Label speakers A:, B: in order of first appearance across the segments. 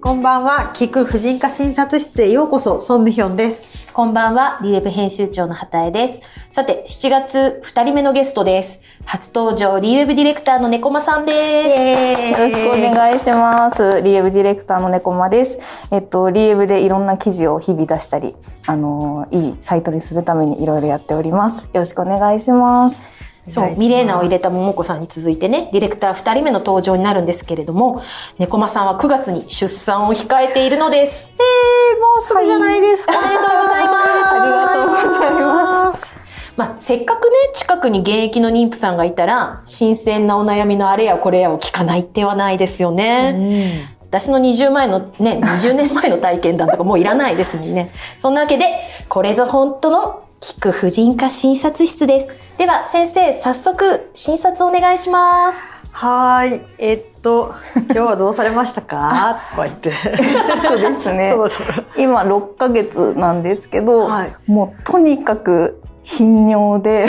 A: こんばんは、聞く婦人科診察室へようこそ、ソンミヒョンです。
B: こんばんは、リレブ編集長の畑江です。さて、7月2人目のゲストです。初登場、リレブディレクターの猫間さんで
A: よ
C: よろしくお
A: い。
C: 願いします。リエブディレクターの猫間です。えっと、リエブでいろんな記事を日々出したり、あの、いいサイトにするためにいろいろやっております。よろしくお願いします。
B: す。
A: お
B: そ
A: 願
B: う、
A: いします
B: ミレーナを入れた桃子さんに続いてね、ディレクター2人目の登場になるんですけれども、猫間さんは9月に出産を控えているのです。
A: えー、もうすぐじゃないですか。
B: おめでとうございます
A: ありがとうございます。
B: まあ、せっかくね、近くに現役の妊婦さんがいたら、新鮮なお悩みのあれやこれやを聞かない手はないですよね。私の20前のね、20年前の体験談とかもういらないですもんね。そんなわけで、これぞ本当の聞く婦人科診察室です。では、先生、早速、診察お願いします。
A: はーい。えっと、今日はどうされました かとか言って。
C: そうですね
A: そ。ろそろ。
C: 今、6ヶ月なんですけど、
A: はい
C: もうとにかく頻尿で、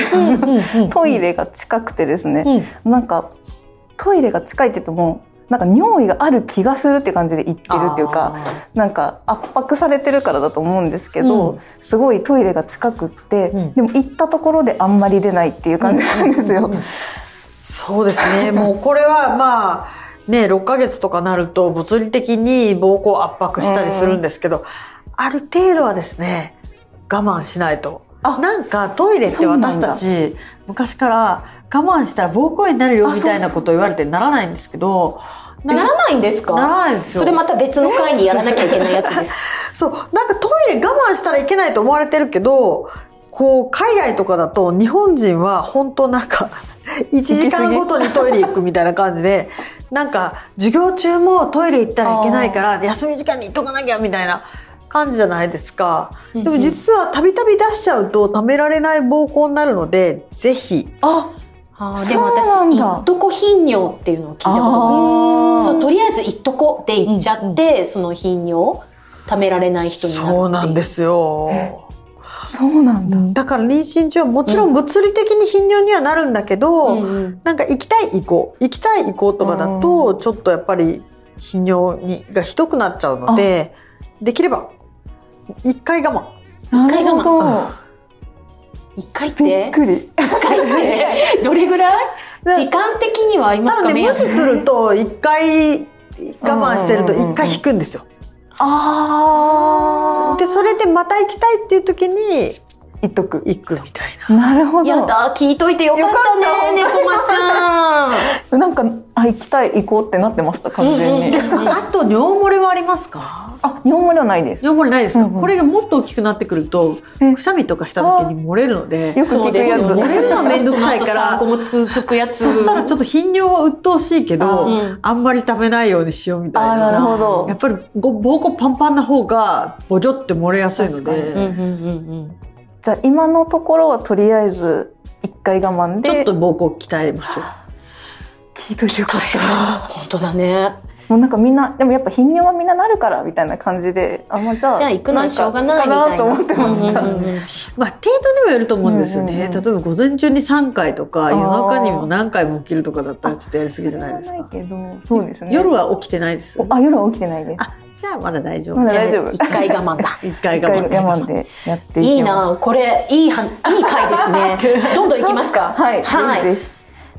C: トイ
B: レ。
C: レが近くてですね、
B: うん。
C: なんか、トイレが近いって言っても、なんか尿意がある気がするって感じで言ってるっていうか、なんか圧迫されてるからだと思うんですけど、
B: うん
C: すごいトイレが近くって、
B: うん
C: でも行ったところであんまり出ないっていう感じなんですよ。
A: そうです ね。もうこれはまあ、ね、6ヶ月とかなると物理的に膀胱圧迫したりするんですけど、ある程度はですね、我慢しないと。
C: あ
A: なんかトイレって
C: そうな
A: 私
C: んだ
A: たち昔から我慢したら膀胱炎になるよ
C: あ
A: みたいなことを言われてならないんですけど、
B: ならないんですか
A: ならないんですよ
B: それまた別の回にやらなきゃいけないやつです。
A: そう、なんかトイレ我慢したらいけないと思われてるけど、こう、海外とかだと日本人は本当なんか、1時間ごとにトイレ行くみたいな感じで、なんか、授業中もトイレ行ったらいけないから、休み時間に行っとかなきゃみたいな感じじゃないですか。
B: うんうん
A: でも実はたびたび出しちゃうと、溜められない膀胱になるので、ぜひ、
C: あ、
B: あーでも
C: そうなん
B: 私、
C: だ
B: いっとこ頻尿っていうのを聞いたことがあります。
C: あー
B: そうとりあえずいっとこで行っちゃって、その頻尿、ためられない人になるってい
A: そうなんですよ。
C: そうなんだ。
A: だから妊娠中はもちろん物理的に頻尿にはなるんだけど、
B: うんうん
A: なんか行きたい行こう行きたい行こうとかだとちょっとやっぱり頻尿にがひどくなっちゃうのでできれば一回我
C: な
B: 回
C: る
B: 我慢
C: ほど。
B: 一回っ、
C: びってくり。
B: 一回って、 どれぐらい
A: 慢
B: 時間的にはありま
A: な
B: す
A: の
B: か
A: で
B: 目
A: 無視
B: 安
A: すると一回我慢してると一回引くんですよ
C: あ
A: でそれでまた行きたいっていう時に
C: 言っとく。
A: 行くみたいな
C: なるほ
B: や
C: ど。
B: だ、聞いといてよかったね、
C: よ
B: 猫まちゃん。
C: なんか、あ、行きたい、行こうってなってました、完全に。
B: うんうんうん
A: あと尿漏れはありますか
C: あ、日本語ではないです。よ
A: 尿漏れないですか、
C: うんうん
A: これがもっと大きくなってくると
C: え
A: くしゃみとかした時に漏れるので
C: く聞くやつ。
A: そうですよね
C: う
A: 漏れるのはめんどくさいから
B: その後産後も続くやつ。
A: そしたらちょっと頻尿は鬱陶しいけど、
C: あ
A: あ
B: ー
A: ん、まり食べないようにしようみたい
C: あーな
A: な。
C: るほど
A: やっぱりご膀胱パンパンな方がボジョって漏れやすいの
C: 確か
B: うんう
A: で、
B: んうんうん。
C: じゃあ、今のところはとりあえず、一回我慢で。
A: ちょっと膀胱鍛えましょう。
C: 聞いといてよかった。
B: 本当だね。
C: もうなんかみんな、でもやっぱ頻尿はみんななるから、みたいな感じで、あ、まあじゃあ、
B: じゃあ行くのはしょうがないみたいな。
C: かなと思ってました。
B: うんうんうん
A: まあ程度にもよると思うんですよね。
C: うんうんうん
A: 例えば午前中に3回とか、
C: あー
A: 夜中にも何回も起きるとかだったらちょっとやりすぎじゃないです
C: それは
A: か。
C: ないけど、そうですね。
A: 夜は起きてないですよね、
C: おあ、夜は起きてないです。
A: あ、じゃあまだ大丈夫
C: ま。だ
B: じゃあ
C: 大丈夫
B: 一回我慢だ。
A: 一回
C: 一
A: 我
C: 回
A: 慢。
C: 我慢でやっていきます。
B: いいな、これ、いいは、いい回です ね。どんどん行きますか。
C: はい、
B: はい。
C: ぜひぜ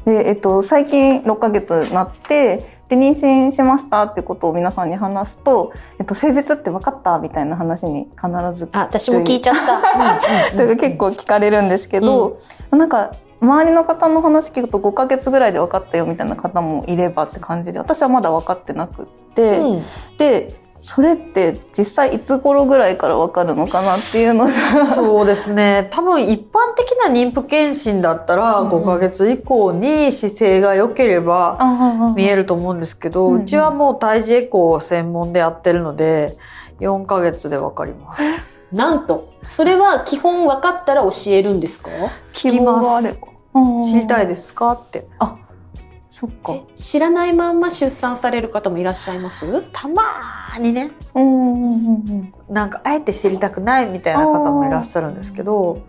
C: ひ。で、えっと、最近6ヶ月になって、で、妊娠しましたってことを皆さんに話すと、えっと、性別って分かったみたいな話に必ず
B: あ、私も聞いちゃった。
C: というか結構聞かれるんですけど、なんか周りの方の話聞くと5ヶ月ぐらいで分かったよみたいな方もいればって感じで私はまだ分かってなくって、
B: うん
C: でそれって実際いつ頃ぐらいから分かるのかなっていうのが
A: そうですね。多分一般的な妊婦健診だったら5ヶ月以降に姿勢が良ければ、 見えると思うんですけど、う
C: うんうん
A: ちはもう胎児エコーを専門でやってるので4ヶ月でわかります
B: なんと、それは基本分かったら教えるんですか
A: 聞きます知りた
C: い
A: いですかって
C: そっか
B: え知らないまんま出産される方もいらっしゃいます
A: たまーにね
C: うんうんうんうん
A: なんかあえて知りたくないみたいな方もいらっしゃるんですけど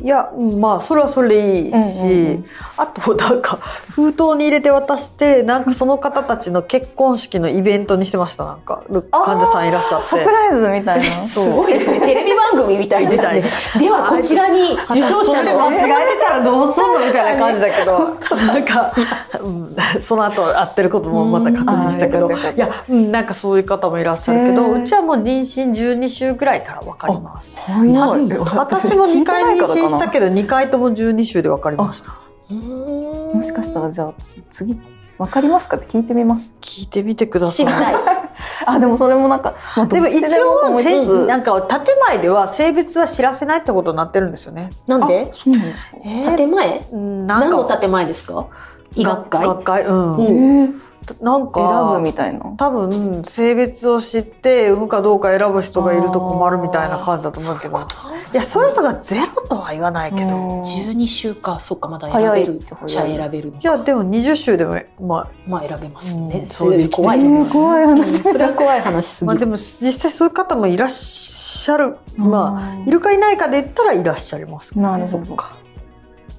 A: いや、うんまあ、それはそれでいいし、
C: うんうんうん
A: あと、なんか、封筒に入れて渡して、なんかその方たちの結婚式のイベントにしてました、なんか、る
C: あー
A: 患者さんいらっしゃって。
C: サプライズみたいな。
A: そう
B: すごいですね。テレビ番組みたい ですね
A: み。
B: では、こちらに受賞者の
A: 間違えてたらどうすんのみたいな感じだけど、 なんか、うん、その後会ってることもまた確認したけど、
C: うんあーよかった
A: いや、うん、なんかそういう方もいらっしゃるけ
C: へ
A: ど、
C: ー
A: うちはもう妊娠12週ぐらいからわかります。
C: 早 い
B: なん
C: え
A: 私も2回妊娠した
C: ど。
A: けど、2回とも12週でわかりました。
B: も
C: もしかしたらじゃあちょっと次わかりますかって聞いてみます。
A: 聞いてみてくださ
B: 知
A: い
B: り。たい。
C: あでもそれもなんか、まあ
A: でも一応、せ
C: つ
A: なんか建前では性別は知らせないってことになってるんですよね。
B: なんで
C: そうなんですか。
A: え
B: 建前
A: うんなん
B: 何の
A: か
B: 建前ですか医学会
A: 学会、うん。
B: うん
C: 選
A: なんか
C: ぶみたいな。
A: 多分性別を知って産むかどうか選ぶ人がいると困るみたいな感じだと思うけどいやそういう人がゼロとは言わないけど、い
B: 12週か、そっか、まだ選べる。じゃあ
C: 早い
B: 選べるのか。
A: やでも20週でもま
B: まあ選べます
A: う
B: ね
A: ん。そうです
B: 怖い。
A: え
C: えー怖い話。
B: それは怖い話
A: あ、
B: す
A: ま
B: ぎ
A: あ、で。
B: る
A: も実際そういう方もいらっしゃる、まあ
C: うん
A: いるかいないかで言ったらいらっしゃいますけど
C: なるほど
A: そうか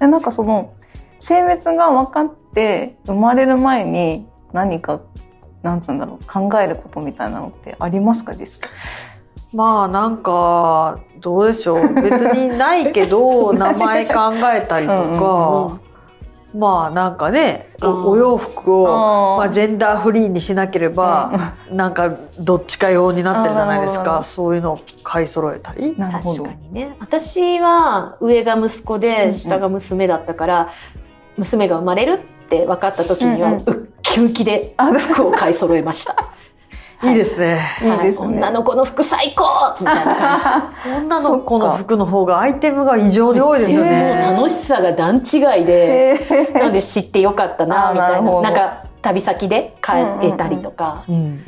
C: えなんかその性別が分かって生まれる前に何かなんつうんだろう考えることみたいなのってありますかです。
A: まあなんかどうでしょう別にないけど名前考えたりと
B: うんうん
A: かまあなんかね
B: うん
A: おお洋服
C: う
A: を
C: ん
A: まあ、ジェンダーフリーにしなければなんかどっちか用になってるじゃないです
C: うんなるほ
A: か
C: ど
A: そういうのを買い揃えたり。
C: なるほ
B: 確
C: ど
B: か。にね。私は上が息子
C: うんう
B: で
C: ん
B: 下が娘だったから、娘が生まれるって分かった時には、
C: う
B: うん
C: うん
B: っきうきで服を買い揃えました。
A: いいですね。
C: いいです
B: はい
C: ね。
B: 女の子の服最高みたいな感じ。
A: 女の子の服の方がアイテムが異 常に多いですよ
B: もう
A: ね。
B: 楽しさが段違いで、
C: えー
B: なので知ってよかったな、みた
C: あーないる
B: な。
C: ほど
B: なんか旅先で買えたりとか、
A: うん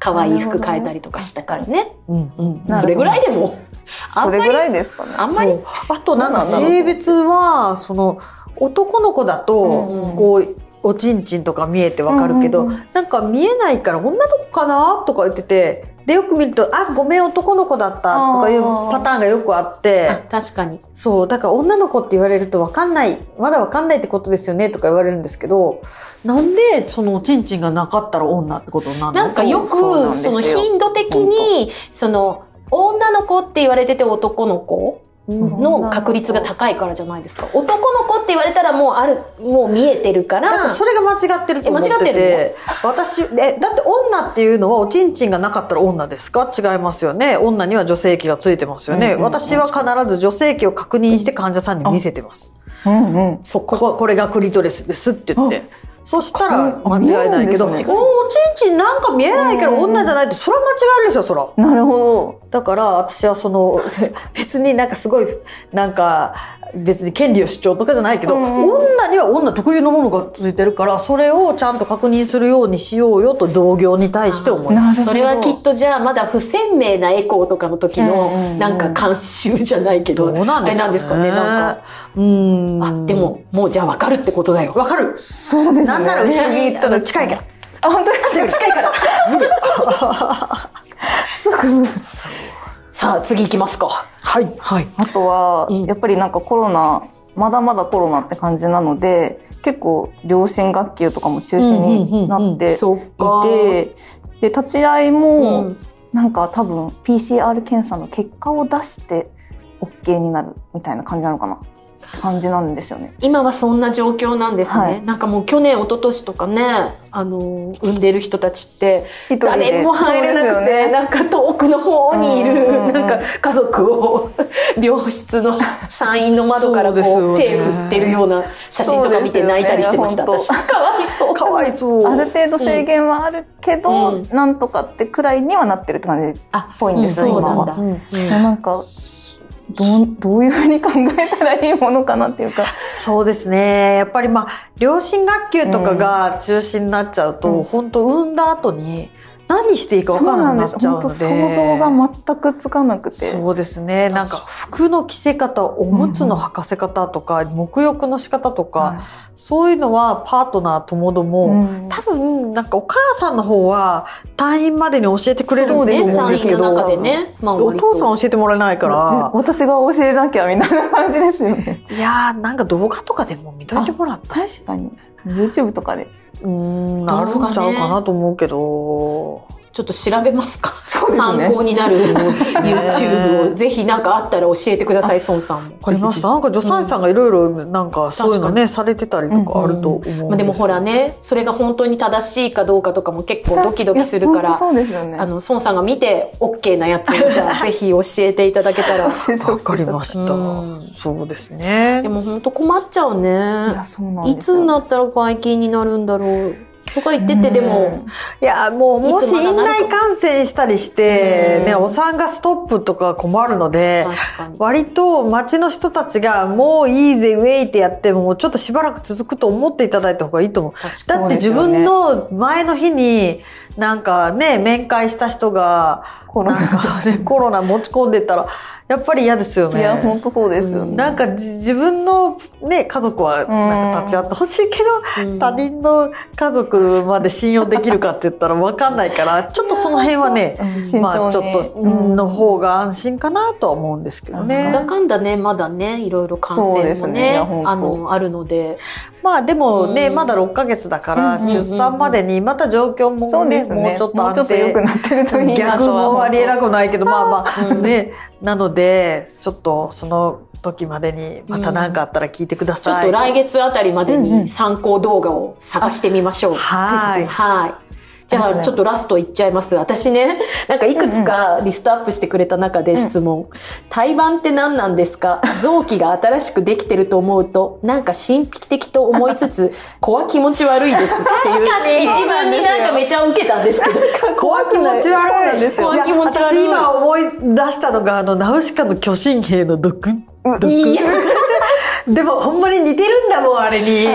B: 可愛い服買えたりとかしたからね。
A: うん
B: うん
C: なるほど
B: それぐらいでも、あ
C: そ
B: んま
C: れぐ
B: り、
C: らいですかね。
B: あんま
A: そ
B: り
A: うあとなんか
C: なんなんだろう
A: 性別はその男の子だと
B: うんうん
A: こうおちんちんとか見えてわかるけど、
C: うんうんう
A: なんか見えないから女の子かなとか言っててでよく見ると「あごめん男の子だった」とかいうパターンがよくあって
B: あ確かに。
A: そうだから女の子って言われるとわかんないまだわかんないってことですよねとか言われるんですけどなんでそのおちんちんがなかったら女ってことになるの
B: なんかよく
C: そうそうな
B: そ
C: んです
B: の
C: よ
B: 頻度的にその女の子って言われてて男の子
A: うん
B: の確率が高いからじゃないですか男の子って言われたらもうあるもう見えてるか
A: だから
B: ら
A: それが間違ってると思って
B: え
A: て
B: 間違って
A: 私えだって女っていうのはおちんちんがなかったら女ですか違いますよね女には女性器がついてますよね、
C: うんうん
A: 私は必ず女性器を確認して患者さんに見せてます
C: うんうん。
A: そこここれがクリトリスですって言ってそしたら
C: あ
A: 間違いないけど、
C: 見えるんです
A: お
C: ね
A: おちんちんなんか見えないから
C: うんうん
A: 女じゃないってそれは間違えるでしょそら
C: なるほ
A: だから私はその別になんかすごいなんか別に権利を主張とかじゃないけど、
C: うんうん
A: 女には女特有のものがついてるからそれをちゃんと確認するようにしようよと同業に対して思
C: ど。
A: います。
C: なる
B: それ
C: ほど。
B: はきっとじゃあまだ不鮮明なエコーとかの時
C: うんうんう
B: の
C: ん
B: なんか慣習じゃないけ
A: ど
B: ど
A: うなん
B: あ
A: で
B: れ
A: すかね。
B: なんですかねなんか
A: うーん
B: あでももうじゃあ分かるってことだよ
A: わかる。
C: そうですね。
A: なんならうちに
B: ね
A: あの近いから。
C: あ本当ですか。
B: 近いから さあ次行きますか
A: はいはい。
C: あとは、
B: うん
C: やっぱりなんかコロナまだまだコロナって感じなので結構両親学級とかも中止になっていて、
B: そっか
C: で立ち会いうも、
B: ん
C: なんか多分 PCR 検査の結果を出して OK になるみたいな感じなのかなって感じなんですよね。
B: 今はそんな状況なんですね、
C: はい
B: なんかもう去年一昨年とかねあの産んでる人たちって
C: 一人で
B: 誰も入れな
C: そう
B: く
C: です
B: て、
C: よね
B: なんか遠くの方にいる、
C: うんうんうん
B: なんか家族を 病室の産院の窓からこう
A: そうです
B: 手
A: よね
B: 振ってるような写真とか見て泣いたりしてました、
C: そうで
B: 私
C: すよ
B: かわいそう
A: かわいそう。
C: ある程度制限はあるけど、
B: うん
C: なんとかってくらいにはなってるって感じっ
B: あ
C: ぽいんですよ、
B: そう
C: 今
B: なん
C: は。
B: だ、
A: うんうん
C: なんかどうどういうふうに考えたらいいものかなっていうか。
A: そうですね。やっぱりまあ、両親学級とかが中止になっちゃうと、
C: うん
A: 本当産んだ後に、何していいか
C: そ
A: 分か
C: うん
A: な
C: な
A: く
C: ん
A: な
C: で
A: っ
C: す
A: ちゃうの
C: 本
A: で
C: 当想像が全くつかなくて
A: そうですねなんか服の着せ方おむつの履かせ方とか沐浴の仕方とか、
C: は
A: そういうのはパートナーともど
C: い
A: も、
C: うん
A: 多分なんかお母さんの方は退院までに教えてくれると
B: そ
A: 思
B: う
A: うんで
B: ね、産
A: す
B: 院
A: け
B: の
A: ど、
B: 中でね。まあ、
A: お父さ
B: 割
A: ん教えてもらえないか
C: ね
A: ら、
C: 私が教えなきゃみたいな感じですよね
A: いやーなんか動画とかでも見といてもらったら
C: 確かに YouTube とかで
A: うーんなるんちゃうかなと思うけど、
B: とちょっと調べますか。
C: うですね
B: 参考になる YouTube をぜひなんかあったら教えてください、孫さんも。
A: わかりましたなんか助産師さんがいろいろなんかそういうのねされてたりとかあると思うんすけど
B: まあ、でもほらね、それが本当に正しいかどうかとかも結構ドキドキするか
C: いや
B: ら、
C: 本当そうですよね
B: あの、孫さんが見て OK なやつを、じゃあぜひ教えていただけたら。
C: 教えて
A: わ
C: ほしい
A: かりました
B: うん
A: そうですね
B: でも本当困っちゃうね
C: いや。そうなん
B: い
C: ですよ
B: つになったら解禁になるんだろう。とか言ってて、でも、
A: いやもうもし
B: いつまだ
A: 院
B: なる
A: 内感染したりして
B: うん
A: ねお産がストップとか困るので
B: 確かに。
A: 割と街の人たちがもういいぜウェイってやってもちょっとしばらく続くと思っていただいた方がいいと思う
B: 確か
A: だって自分の前の日になんかね面会した人が
C: コロナ
A: なんか ねコロナ持ち込んでたらやっぱり嫌ですよね
C: いや本当そうですよね、
A: なんかじ自分の、ね、家族はなんか立ち会ってほしいけど、
B: うん
A: 他人の家族まで信用できるかって言ったら分かんないからちょっとその辺はね
C: うん慎重に、
A: まあ、ちょっと、
C: うん
A: の方が安心かなとは思うんですけど
B: な
A: ね
B: んだ。かんだね、まだね、いろいろ感
C: そう
B: 染
C: で
B: も
C: す
B: ね、
C: ねいや本当
B: あの、あるので。
A: まあでもね、
B: うん
A: まだ6ヶ月だか
C: う
A: ら
C: んうんうん
A: 出産までにまた状況も
C: そう
A: ね、
C: ですね
A: もうちょっと
C: もうちょ
A: 安
C: っと良く
A: 定。
C: なってるといいな
A: 逆
C: とは
A: もありえな
C: く
A: くないけど、まあまあ、
B: うん
A: ね。なので、ちょっとその時までにまた何かあったら聞いてくだ
B: ちょ
A: さ
B: っ
A: い。
B: と来月あたりまで
C: うんうん
B: に参考動画を探してみましょう。
A: はい
B: はい。じ
C: あり
B: ゃ
C: がとうございま
B: あ、
C: す
B: ちょっとラストいっちゃいます。私ね、 なんかいくつかリストアップしてくれた中で質問。胎盤って何なんですか臓器が新しくできてると思うと、なんか神秘的と思いつつ、子は気持ち悪いですっていう。一番になんかめちゃ受けたんですけど。
A: 怖気持ち悪い。
C: そうなんです
B: よ
A: いや
B: 怖気持ち悪い
A: 私今思い出したのが、あの、ナウシカの巨神兵のドクン、ド
B: い
A: ク
B: や
A: ン。でも、ほんまに似てるんだもん、あれ に。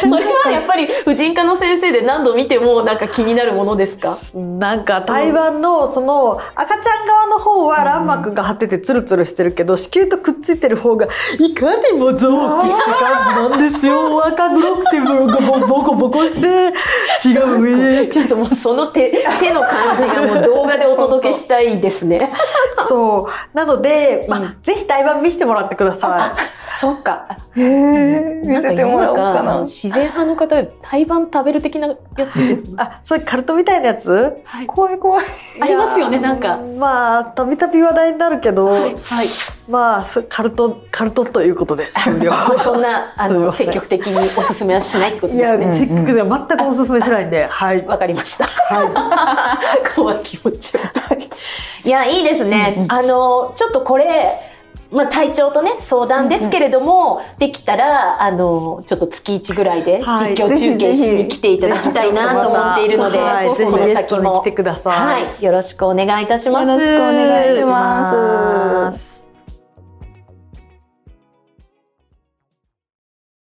B: それはやっぱり婦人科の先生で何度見てもなんか気になるものですか
A: なんか、台湾の、その、赤ちゃん側の方は卵膜が張っててツルツルしてるけど、子宮とくっついてる方が、いかにも臓器って感じなんですよ。赤黒くて、ボコボコして、違う 上。
B: ちょっともうその手、手の感じがもう動画でお届けしたいですね。
A: そう。なので、ま
B: う
A: あ、ぜひ台湾見せてもらってください。
B: そっか。
C: へえ見せてもらおうか
B: なん
C: な
B: 自然派の方、胎盤食べる的なやつって、
A: あ、そういうカルトみたいなやつ
B: はい
C: 怖い怖い
B: ありますよね、なんか。
A: まあたびたび話題になるけど、
B: はい。はい。
A: まあそカルトカルトということで終了
B: まあそんな、あ
A: すい
B: の、
A: ません
B: 積極的にお勧めはしないってこと
A: い
B: です
A: や、
B: ね。
A: せっかくでは全くおすすめしないんで、はい
B: わかりました。はい。 怖い気持ち悪い。いや、いいですね。あの、ちょっとこれ、まあ、体調とね、相談ですけれども、できたら、あの、ちょっと月1ぐらいで
A: はい
B: 実況中継しに来ていただきたいなと思っているので、
A: はいぜひ
B: この
A: ゲス
B: 先
A: トに
B: も
A: 来てください
B: はい。よろしくお願いいたします。
C: よろしくお願いします
A: お願いします